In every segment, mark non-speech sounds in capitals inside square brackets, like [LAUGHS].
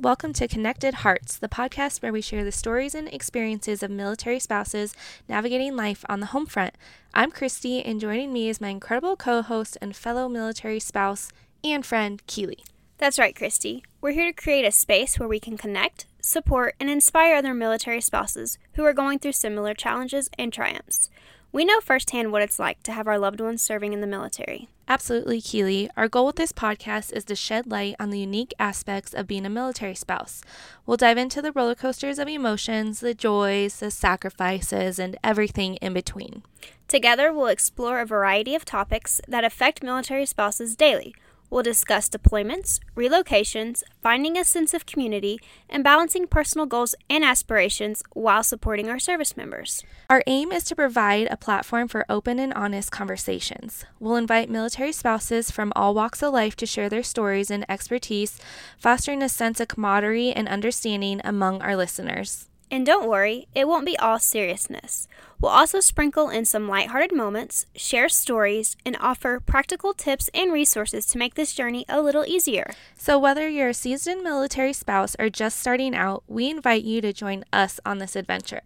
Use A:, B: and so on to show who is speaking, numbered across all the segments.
A: welcome to Connected Hearts, the podcast where we share the stories and experiences of military spouses navigating life on the home front. I'm Christy, and joining me is my incredible co host and fellow military spouse and friend, Keely.
B: That's right, Christy. We're here to create a space where we can connect, support, and inspire other military spouses who are going through similar challenges and triumphs. We know firsthand what it's like to have our loved ones serving in the military.
A: Absolutely, Keely. Our goal with this podcast is to shed light on the unique aspects of being a military spouse. We'll dive into the roller coasters of emotions, the joys, the sacrifices, and everything in between.
B: Together, we'll explore a variety of topics that affect military spouses daily. We'll discuss deployments, relocations, finding a sense of community, and balancing personal goals and aspirations while supporting our service members.
A: Our aim is to provide a platform for open and honest conversations. We'll invite military spouses from all walks of life to share their stories and expertise, fostering a sense of camaraderie and understanding among our listeners.
B: And don't worry, it won't be all seriousness. We'll also sprinkle in some lighthearted moments, share stories, and offer practical tips and resources to make this journey a little easier.
A: So, whether you're a seasoned military spouse or just starting out, we invite you to join us on this adventure.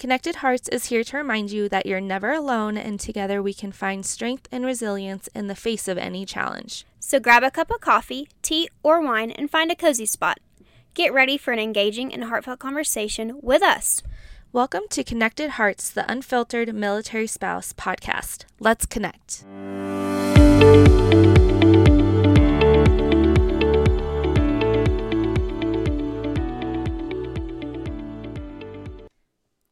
A: Connected Hearts is here to remind you that you're never alone, and together we can find strength and resilience in the face of any challenge.
B: So grab a cup of coffee, tea, or wine and find a cozy spot. Get ready for an engaging and heartfelt conversation with us.
A: Welcome to Connected Hearts, the Unfiltered Military Spouse podcast. Let's connect.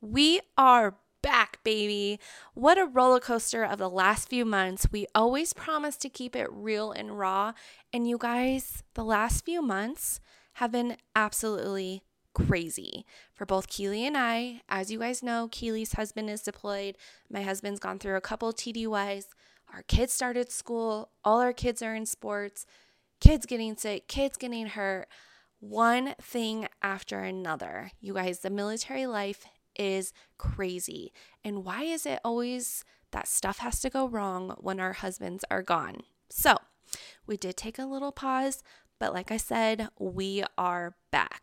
A: We are back, baby. What a roller coaster of the last few months. We always promise to keep it real and raw. And you guys, the last few months have been absolutely crazy for both Keely and I. As you guys know, Keely's husband is deployed. My husband's gone through a couple TDYs. Our kids started school. All our kids are in sports. Kids getting sick, kids getting hurt. One thing after another. You guys, the military life is crazy. And why is it always that stuff has to go wrong when our husbands are gone? So, we did take a little pause, but like I said, we are back.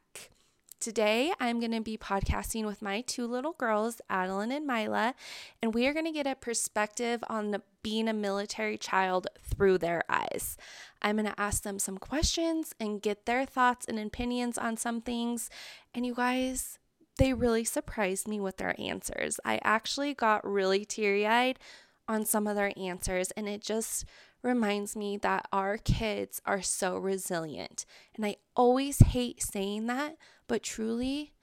A: Today, I'm going to be podcasting with my two little girls, Adeline and Mila, and we are going to get a perspective on the- being a military child through their eyes. I'm going to ask them some questions and get their thoughts and opinions on some things. And you guys, they really surprised me with their answers. I actually got really teary eyed on some of their answers, and it just reminds me that our kids are so resilient. And I always hate saying that, but truly,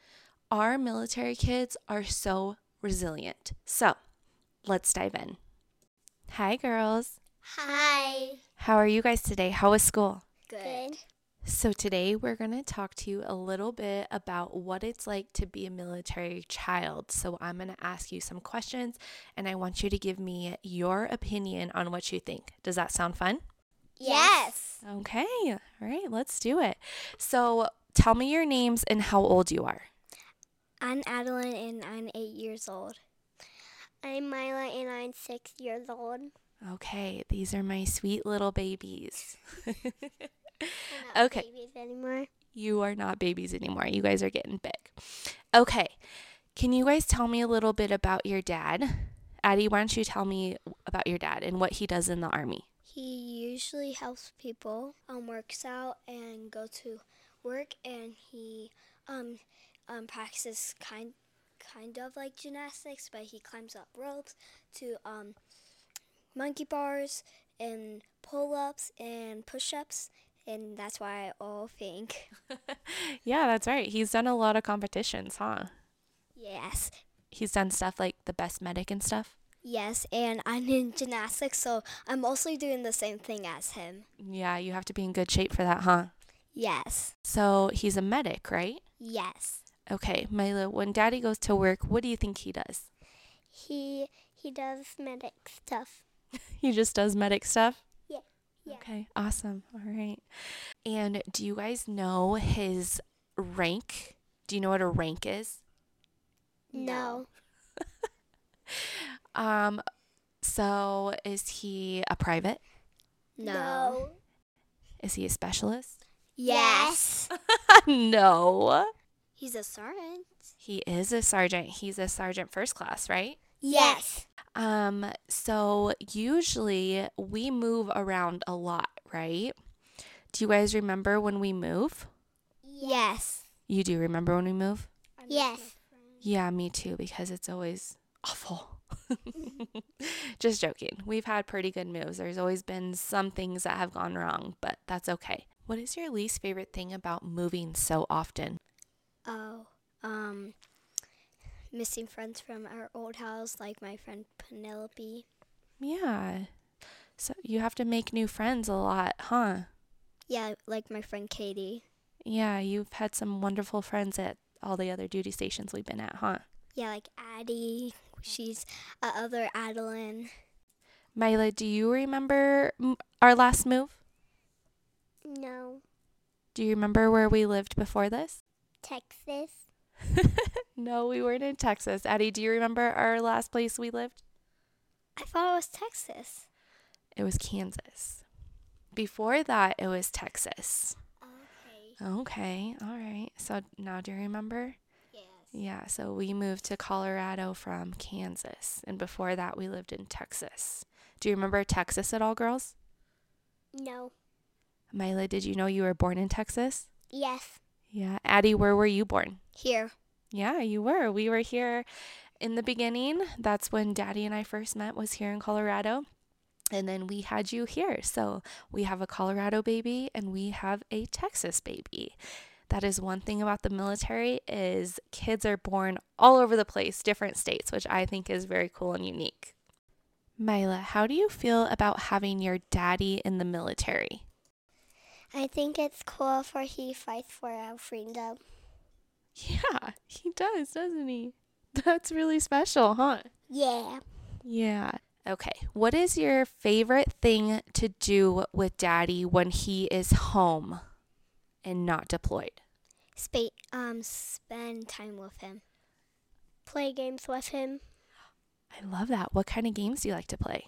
A: our military kids are so resilient. So let's dive in. Hi, girls.
C: Hi.
A: How are you guys today? How was school?
C: Good.
A: So, today we're going to talk to you a little bit about what it's like to be a military child. So, I'm going to ask you some questions and I want you to give me your opinion on what you think. Does that sound fun?
C: Yes.
A: Okay. All right. Let's do it. So, tell me your names and how old you are.
C: I'm Adeline and I'm eight years old. I'm Mila and I'm six years old.
A: Okay. These are my sweet little babies. [LAUGHS]
C: We're not
A: Okay.
C: Babies anymore.
A: you are not babies anymore. You guys are getting big. Okay. Can you guys tell me a little bit about your dad? Addie, why don't you tell me about your dad and what he does in the army?
C: He usually helps people, um, works out and go to work, and he um, um, practices kind kind of like gymnastics, but he climbs up ropes to um, monkey bars and pull ups and push ups, and that's why I all think.
A: Yeah, that's right. He's done a lot of competitions, huh?
C: Yes,
A: He's done stuff like the best medic and stuff.
C: yes, and I'm in gymnastics, so I'm also doing the same thing as him.
A: Yeah, you have to be in good shape for that, huh?
C: Yes,
A: So he's a medic, right?
C: yes.
A: Okay, Milo, when daddy goes to work, what do you think he does?
C: He he does medic stuff.
A: He just does medic stuff?
C: Yeah, yeah.
A: Okay, awesome. All right. And do you guys know his rank? Do you know what a rank is?
C: No.
A: Um, so is he a private?
C: No.
A: Is he a specialist?
C: Yes.
A: [LAUGHS] no.
C: [LAUGHS] He's a sergeant.
A: He is a sergeant. He's a sergeant first class, right?
C: Yes.
A: Um, so usually we move around a lot, right? Do you guys remember when we move?
C: Yes.
A: You do remember when we move?
C: Yes.
A: Yeah, me too, because it's always awful. [LAUGHS] Just joking. We've had pretty good moves. There's always been some things that have gone wrong, but that's okay. What is your least favorite thing about moving so often?
C: Oh, um, missing friends from our old house, like my friend Penelope.
A: Yeah. So you have to make new friends a lot, huh?
C: Yeah, like my friend Katie.
A: Yeah, you've had some wonderful friends at all the other duty stations we've been at, huh?
C: Yeah, like Addie. She's a other Adeline.
A: Myla, do you remember m- our last move?
C: No,
A: Do you remember where we lived before this?
C: Texas.
A: No, we weren't in Texas. Addie, do you remember our last place we lived?
C: I thought it was Texas.
A: It was Kansas. Before that, it was Texas.
C: Okay.
A: Okay, all right. So now do you remember?
C: Yes.
A: Yeah, so we moved to Colorado from Kansas. And before that, we lived in Texas. Do you remember Texas at all, girls?
C: No.
A: Myla, did you know you were born in Texas?
C: Yes.
A: Yeah. Addie, where were you born?
C: Here.
A: Yeah, you were. We were here in the beginning. That's when Daddy and I first met was here in Colorado. And then we had you here. So we have a Colorado baby and we have a Texas baby. That is one thing about the military is kids are born all over the place, different states, which I think is very cool and unique. Myla, how do you feel about having your daddy in the military?
C: I think it's cool for he fights for our freedom.
A: Yeah, he does, doesn't he? That's really special, huh?
C: Yeah.
A: Yeah. Okay. What is your favorite thing to do with daddy when he is home and not deployed?
C: Spa- um, spend time with him. Play games with him.
A: I love that. What kind of games do you like to play?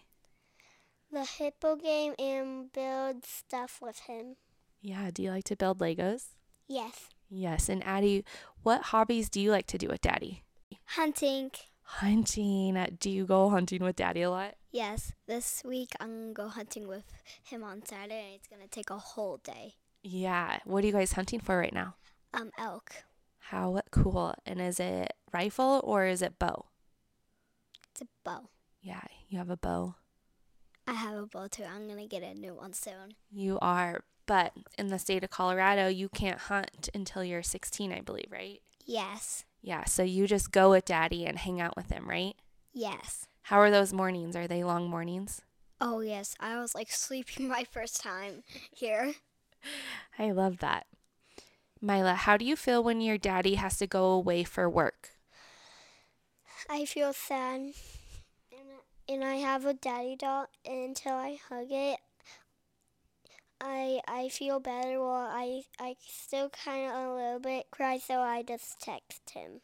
C: The hippo game and build stuff with him.
A: Yeah. Do you like to build Legos?
C: Yes.
A: Yes. And Addie, what hobbies do you like to do with daddy?
C: Hunting.
A: Hunting. Do you go hunting with daddy a lot?
C: Yes, this week I'm gonna go hunting with him on Saturday. It's gonna take a whole day.
A: Yeah. What are you guys hunting for right now?
C: Um, elk.
A: How cool. And is it rifle or is it bow?
C: It's a bow.
A: Yeah. You have a bow.
C: I have a bow too. I'm gonna get a new one soon.
A: You are, but in the state of Colorado, you can't hunt until you're 16, I believe, right?
C: Yes.
A: Yeah, so you just go with daddy and hang out with him, right?
C: Yes.
A: How are those mornings? Are they long mornings?
C: Oh yes, I was like sleeping [LAUGHS] my first time here.
A: I love that. Mila, how do you feel when your daddy has to go away for work?
C: I feel sad, and, and I have a daddy doll. And until I hug it, I I feel better. Well, I I still kind of a little bit cry, so I just text him.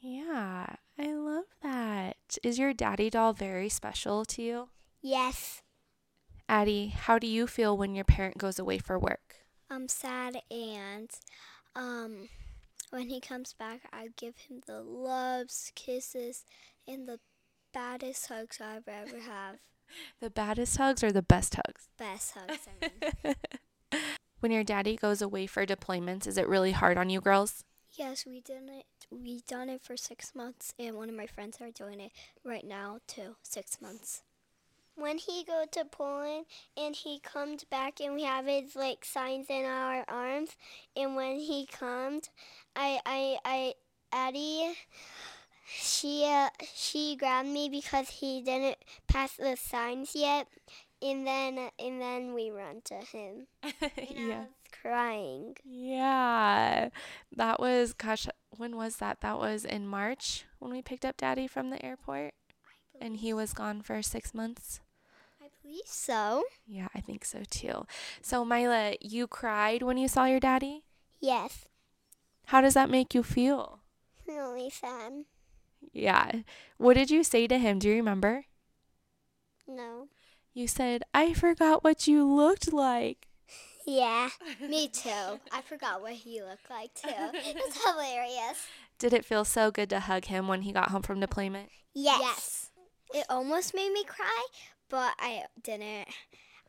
A: Yeah, I love that. Is your daddy doll very special to you?
C: Yes.
A: Addie, how do you feel when your parent goes away for work?
C: I'm sad and um when he comes back I give him the loves, kisses and the baddest hugs I've ever have.
A: The baddest hugs or the best hugs?
C: Best hugs I mean.
A: [LAUGHS] When your daddy goes away for deployments, is it really hard on you girls?
C: yes, we done it we done it for six months and one of my friends are doing it right now too, six months. When he go to Poland and he comes back and we have his like signs in our arms and when he comes I I I Addie she uh, she grabbed me because he didn't pass the signs yet and then and then we run to him and I
A: yeah.
C: was crying
A: Yeah. That was gosh, when was that? That was in March when we picked up daddy from the airport and he was gone for 6 months.
C: I believe so
A: Yeah, I think so too. So Mila, you cried when you saw your daddy?
C: yes
A: How does that make you feel?
C: really sad
A: Yeah. What did you say to him? Do you remember?
C: no
A: You said, "I forgot what you looked like."
C: Yeah, [LAUGHS] me too. I forgot what he looked like [LAUGHS] too. It's hilarious.
A: Did it feel so good to hug him when he got home from deployment?
C: Yes. It almost made me cry, but I didn't.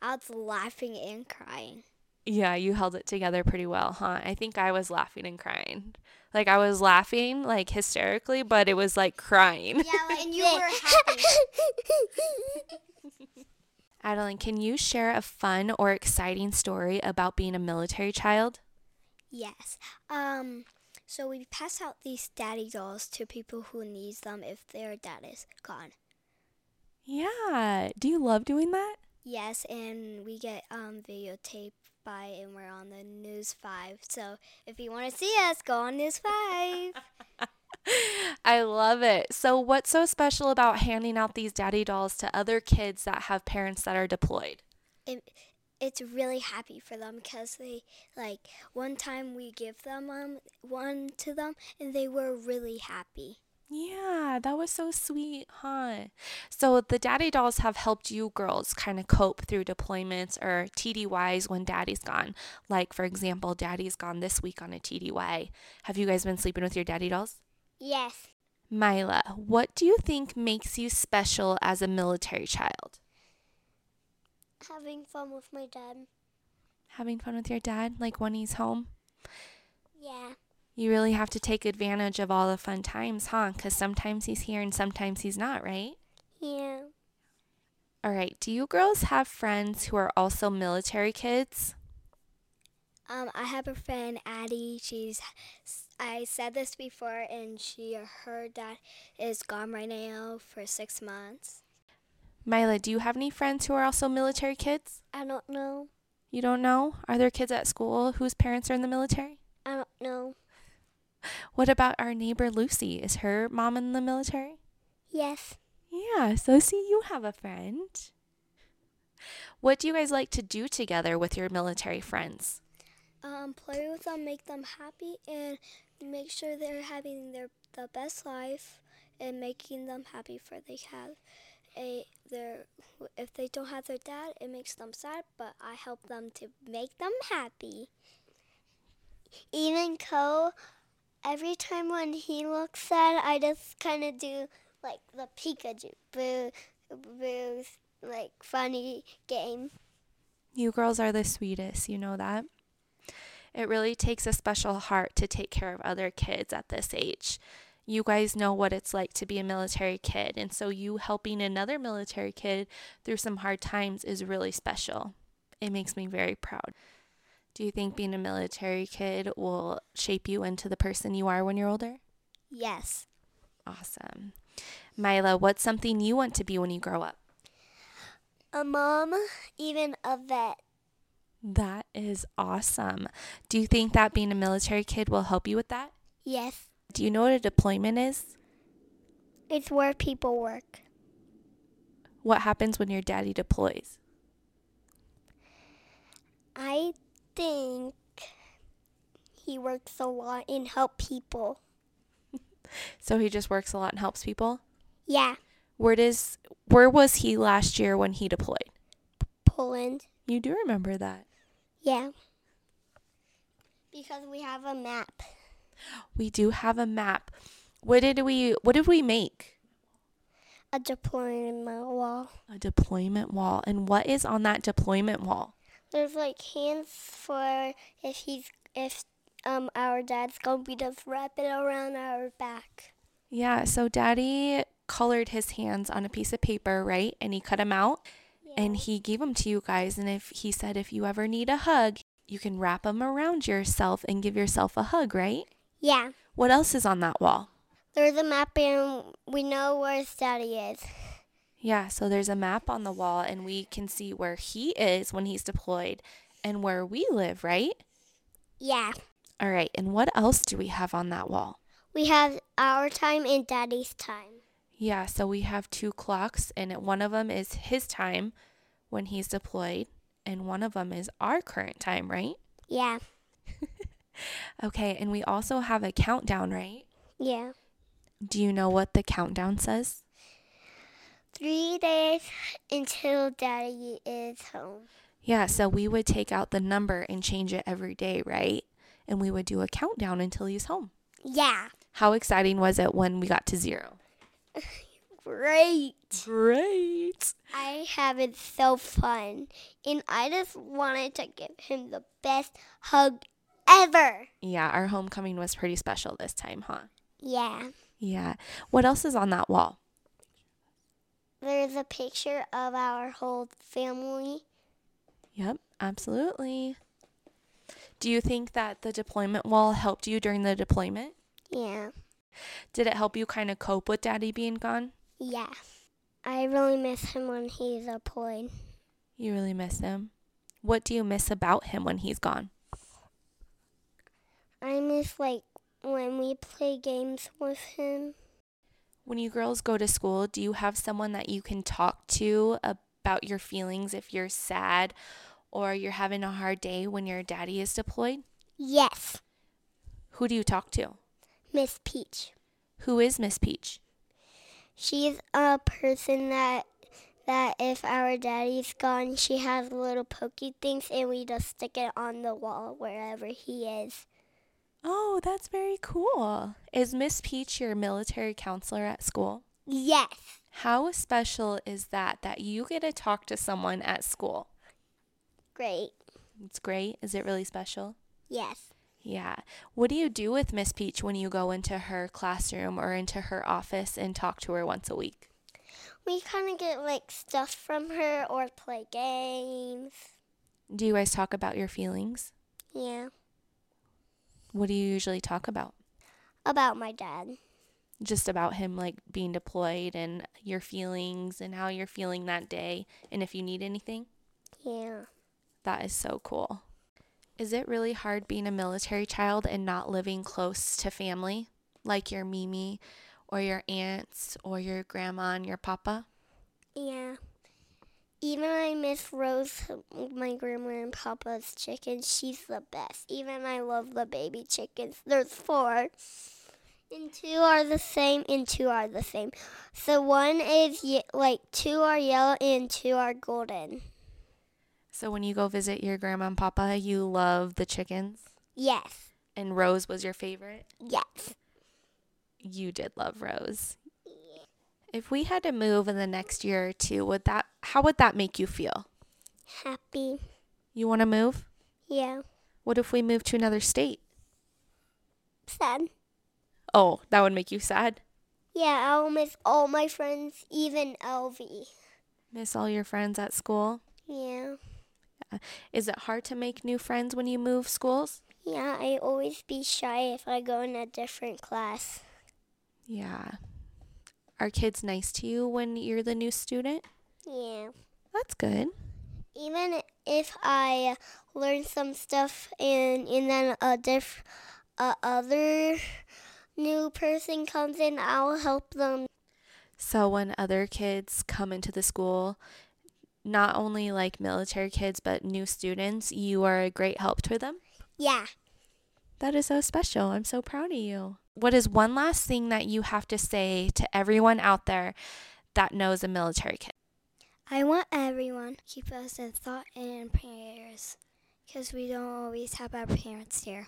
C: I was laughing and crying.
A: Yeah, you held it together pretty well, huh? I think I was laughing and crying. Like I was laughing like hysterically, but it was like crying.
C: Yeah, [LAUGHS] like and you were happy.
A: Adeline, can you share a fun or exciting story about being a military child?
C: [LAUGHS] yes. Um. So we pass out these daddy dolls to people who needs them if their dad is gone.
A: Yeah. Do you love doing that?
C: Yes, and we get um videotaped by, and we're on the News Five. So if you want to see us, go on News [LAUGHS] Five.
A: I love it. So, what's so special about handing out these daddy dolls to other kids that have parents that are deployed?
C: it, it's really happy for them because they like one time we give them um one to them and they were really happy.
A: Yeah, that was so sweet, huh? So, the daddy dolls have helped you girls kind of cope through deployments or TDYs when daddy's gone. Like, for example, daddy's gone this week on a TDY. Have you guys been sleeping with your daddy dolls?
C: Yes.
A: Mila, what do you think makes you special as a military child?
C: Having fun with my dad.
A: Having fun with your dad, like when he's home?
C: Yeah.
A: You really have to take advantage of all the fun times, huh? Because sometimes he's here and sometimes he's not, right?
C: Yeah.
A: All right. Do you girls have friends who are also military kids?
C: Um, I have a friend, Addie. She's, I said this before, and she, her dad is gone right now for six months.
A: Mila, do you have any friends who are also military kids?
C: I don't know.
A: You don't know? Are there kids at school whose parents are in the military?
C: I don't know.
A: What about our neighbor Lucy? Is her mom in the military?
C: Yes.
A: Yeah, so see, you have a friend. What do you guys like to do together with your military friends?
C: Um, play with them, make them happy, and make sure they're having their the best life, and making them happy for they have a their if they don't have their dad, it makes them sad. But I help them to make them happy. Even Co, every time when he looks sad, I just kind of do like the Pikachu boo boo like funny game.
A: You girls are the sweetest, you know that? It really takes a special heart to take care of other kids at this age. You guys know what it's like to be a military kid, and so you helping another military kid through some hard times is really special. It makes me very proud. Do you think being a military kid will shape you into the person you are when you're older?
C: Yes.
A: Awesome. Mila, what's something you want to be when you grow up?
C: A mom, even a vet.
A: That is awesome. Do you think that being a military kid will help you with that?
C: Yes.
A: Do you know what a deployment is?
C: It's where people work.
A: What happens when your daddy deploys?
C: I think he works a lot and help people.
A: So he just works a lot and helps people.
C: Yeah,
A: Where does where was he last year when he deployed?
C: Poland.
A: You do remember that.
C: Yeah. Because we have a map.
A: We do have a map. What did we what did we make?
C: A deployment wall.
A: A deployment wall. And what is on that deployment wall?
C: There's like hands for if he's if um our dad's gone, we just wrap it around our back.
A: Yeah, so daddy colored his hands on a piece of paper, right? And he cut them out and he gave them to you guys. And if he said, if you ever need a hug, you can wrap them around yourself and give yourself a hug, right?
C: Yeah.
A: What else is on that wall?
C: There's a map and we know where his daddy is.
A: Yeah, so there's a map on the wall and we can see where he is when he's deployed and where we live, right?
C: Yeah.
A: All right, and what else do we have on that wall?
C: We have our time and daddy's time.
A: Yeah, so we have two clocks, and it- one of them is his time when he's deployed, and one of them is our current time, right?
C: Yeah.
A: Okay, and we also have a countdown, right?
C: Yeah.
A: Do you know what the countdown says?
C: Three days until daddy is home.
A: Yeah, so we would take out the number and change it every day, right? And we would do a countdown until he's home.
C: Yeah.
A: How exciting was it when we got to zero?
C: Great.
A: Great.
C: I have it so fun. And I just wanted to give him the best hug ever.
A: Yeah, our homecoming was pretty special this time, huh?
C: Yeah.
A: Yeah. What else is on that wall?
C: There's a picture of our whole family.
A: Yep, absolutely. Do you think that the deployment wall helped you during the deployment?
C: Yeah.
A: Did it help you kind of cope with daddy being gone?
C: Yeah. I really miss him when he's deployed.
A: You really miss him. What do you miss about him when he's gone?
C: I miss, like, when we play games with him.
A: When you girls go to school, do you have someone that you can talk to about your feelings if you're sad or you're having a hard day when your daddy is deployed?
C: Yes.
A: Who do you talk to?
C: Miss Peach.
A: Who is Miss Peach?
C: She's a person that that if our daddy's gone, she has little pokey things, and we just stick it on the wall wherever he is.
A: Oh, that's very cool. Is Miss Peach your military counselor at school?
C: Yes.
A: How special is that that you get to talk to someone at school?
C: Great.
A: It's great. Is it really special?
C: Yes.
A: Yeah. What do you do with Miss Peach when you go into her classroom or into her office and talk to her once a week?
C: We kind of get like stuff from her or play games.
A: Do you guys talk about your feelings?
C: Yeah.
A: What do you usually talk about?
C: About my dad.
A: Just about him like being deployed and your feelings and how you're feeling that day and if you need anything?
C: Yeah.
A: That is so cool. Is it really hard being a military child and not living close to family like your Mimi or your aunts or your grandma and your papa?
C: Yeah. Even I miss Rose, my grandma and papa's chicken. She's the best. Even I love the baby chickens. There's four. And two are the same, and two are the same. So one is ye- like two are yellow and two are golden.
A: So when you go visit your grandma and papa, you love the chickens
C: Yes.
A: and Rose was your favorite?
C: Yes.
A: You did love Rose. If we had to move in the next year or two, would that how would that make you feel?
C: Happy.
A: You want to move?
C: Yeah.
A: What if we move to another state?
C: Sad.
A: Oh, that would make you sad.
C: Yeah, I'll miss all my friends, even Elvie.
A: Miss all your friends at school?
C: Yeah.
A: Is it hard to make new friends when you move schools?
C: Yeah, I always be shy if I go in a different class.
A: Yeah. Are kids nice to you when you're the new student?
C: Yeah.
A: That's good.
C: even if I learn some stuff and and then a diff a other new person comes in, I'll help them.
A: So when other kids come into the school, not only like military kids, but new students, you are a great help to them.
C: Yeah.
A: That is so special. I'm so proud of you. What is one last thing that you have to say to everyone out there that knows a military kid?
C: I want everyone keep us in thought and prayers because we don't always have our parents here.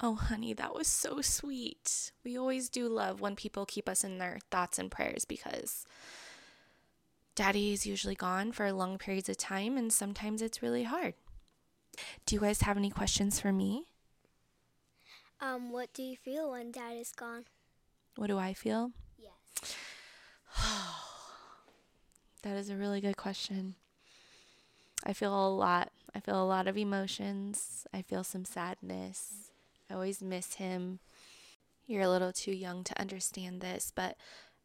A: Oh, honey, that was so sweet. We always do love when people keep us in their thoughts and prayers because daddy is usually gone for long periods of time and sometimes it's really hard. Do you guys have any questions for me?
C: Um, what do you feel when dad is gone?
A: What do I feel?
C: Yes.
A: [SIGHS] That is a really good question. I feel a lot. I feel a lot of emotions. I feel some sadness. I always miss him. You're a little too young to understand this, but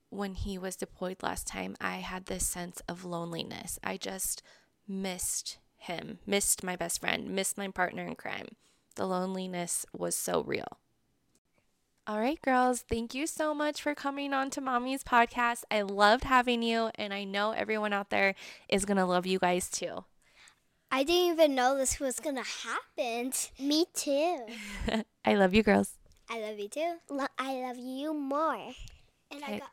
A: when he was deployed last time, I had this sense of loneliness. I just missed him, missed my best friend, missed my partner in crime. The loneliness was so real. All right, girls, thank you so much for coming on to Mommy's podcast. I loved having you, and I know everyone out there is going to love you guys too.
C: I didn't even know this was gonna happen. Me too.
A: I love you, girls.
C: I love you too. Lo- I love you more. And
A: Okay.
C: got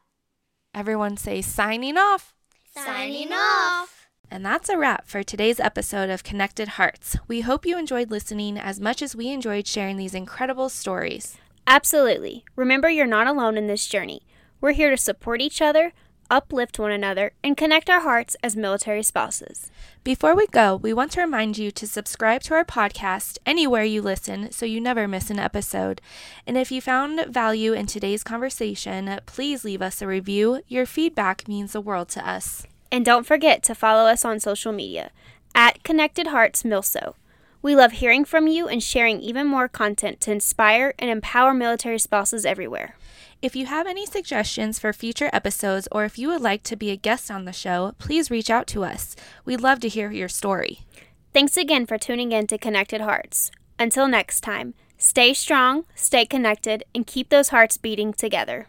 A: Everyone say signing off.
C: signing off.
A: And that's a wrap for today's episode of Connected Hearts. We hope you enjoyed listening as much as we enjoyed sharing these incredible stories.
B: Absolutely. Remember, you're not alone in this journey. We're here to support each other, uplift one another, and connect our hearts as military spouses.
A: Before we go, we want to remind you to subscribe to our podcast anywhere you listen so you never miss an episode. And if you found value in today's conversation, please leave us a review. Your feedback means the world to us.
B: And don't forget to follow us on social media at Connected Hearts Milso. We love hearing from you and sharing even more content to inspire and empower military spouses everywhere.
A: If you have any suggestions for future episodes or if you would like to be a guest on the show, please reach out to us. We'd love to hear your story.
B: Thanks again for tuning in to Connected Hearts. Until next time, stay strong, stay connected, and keep those hearts beating together.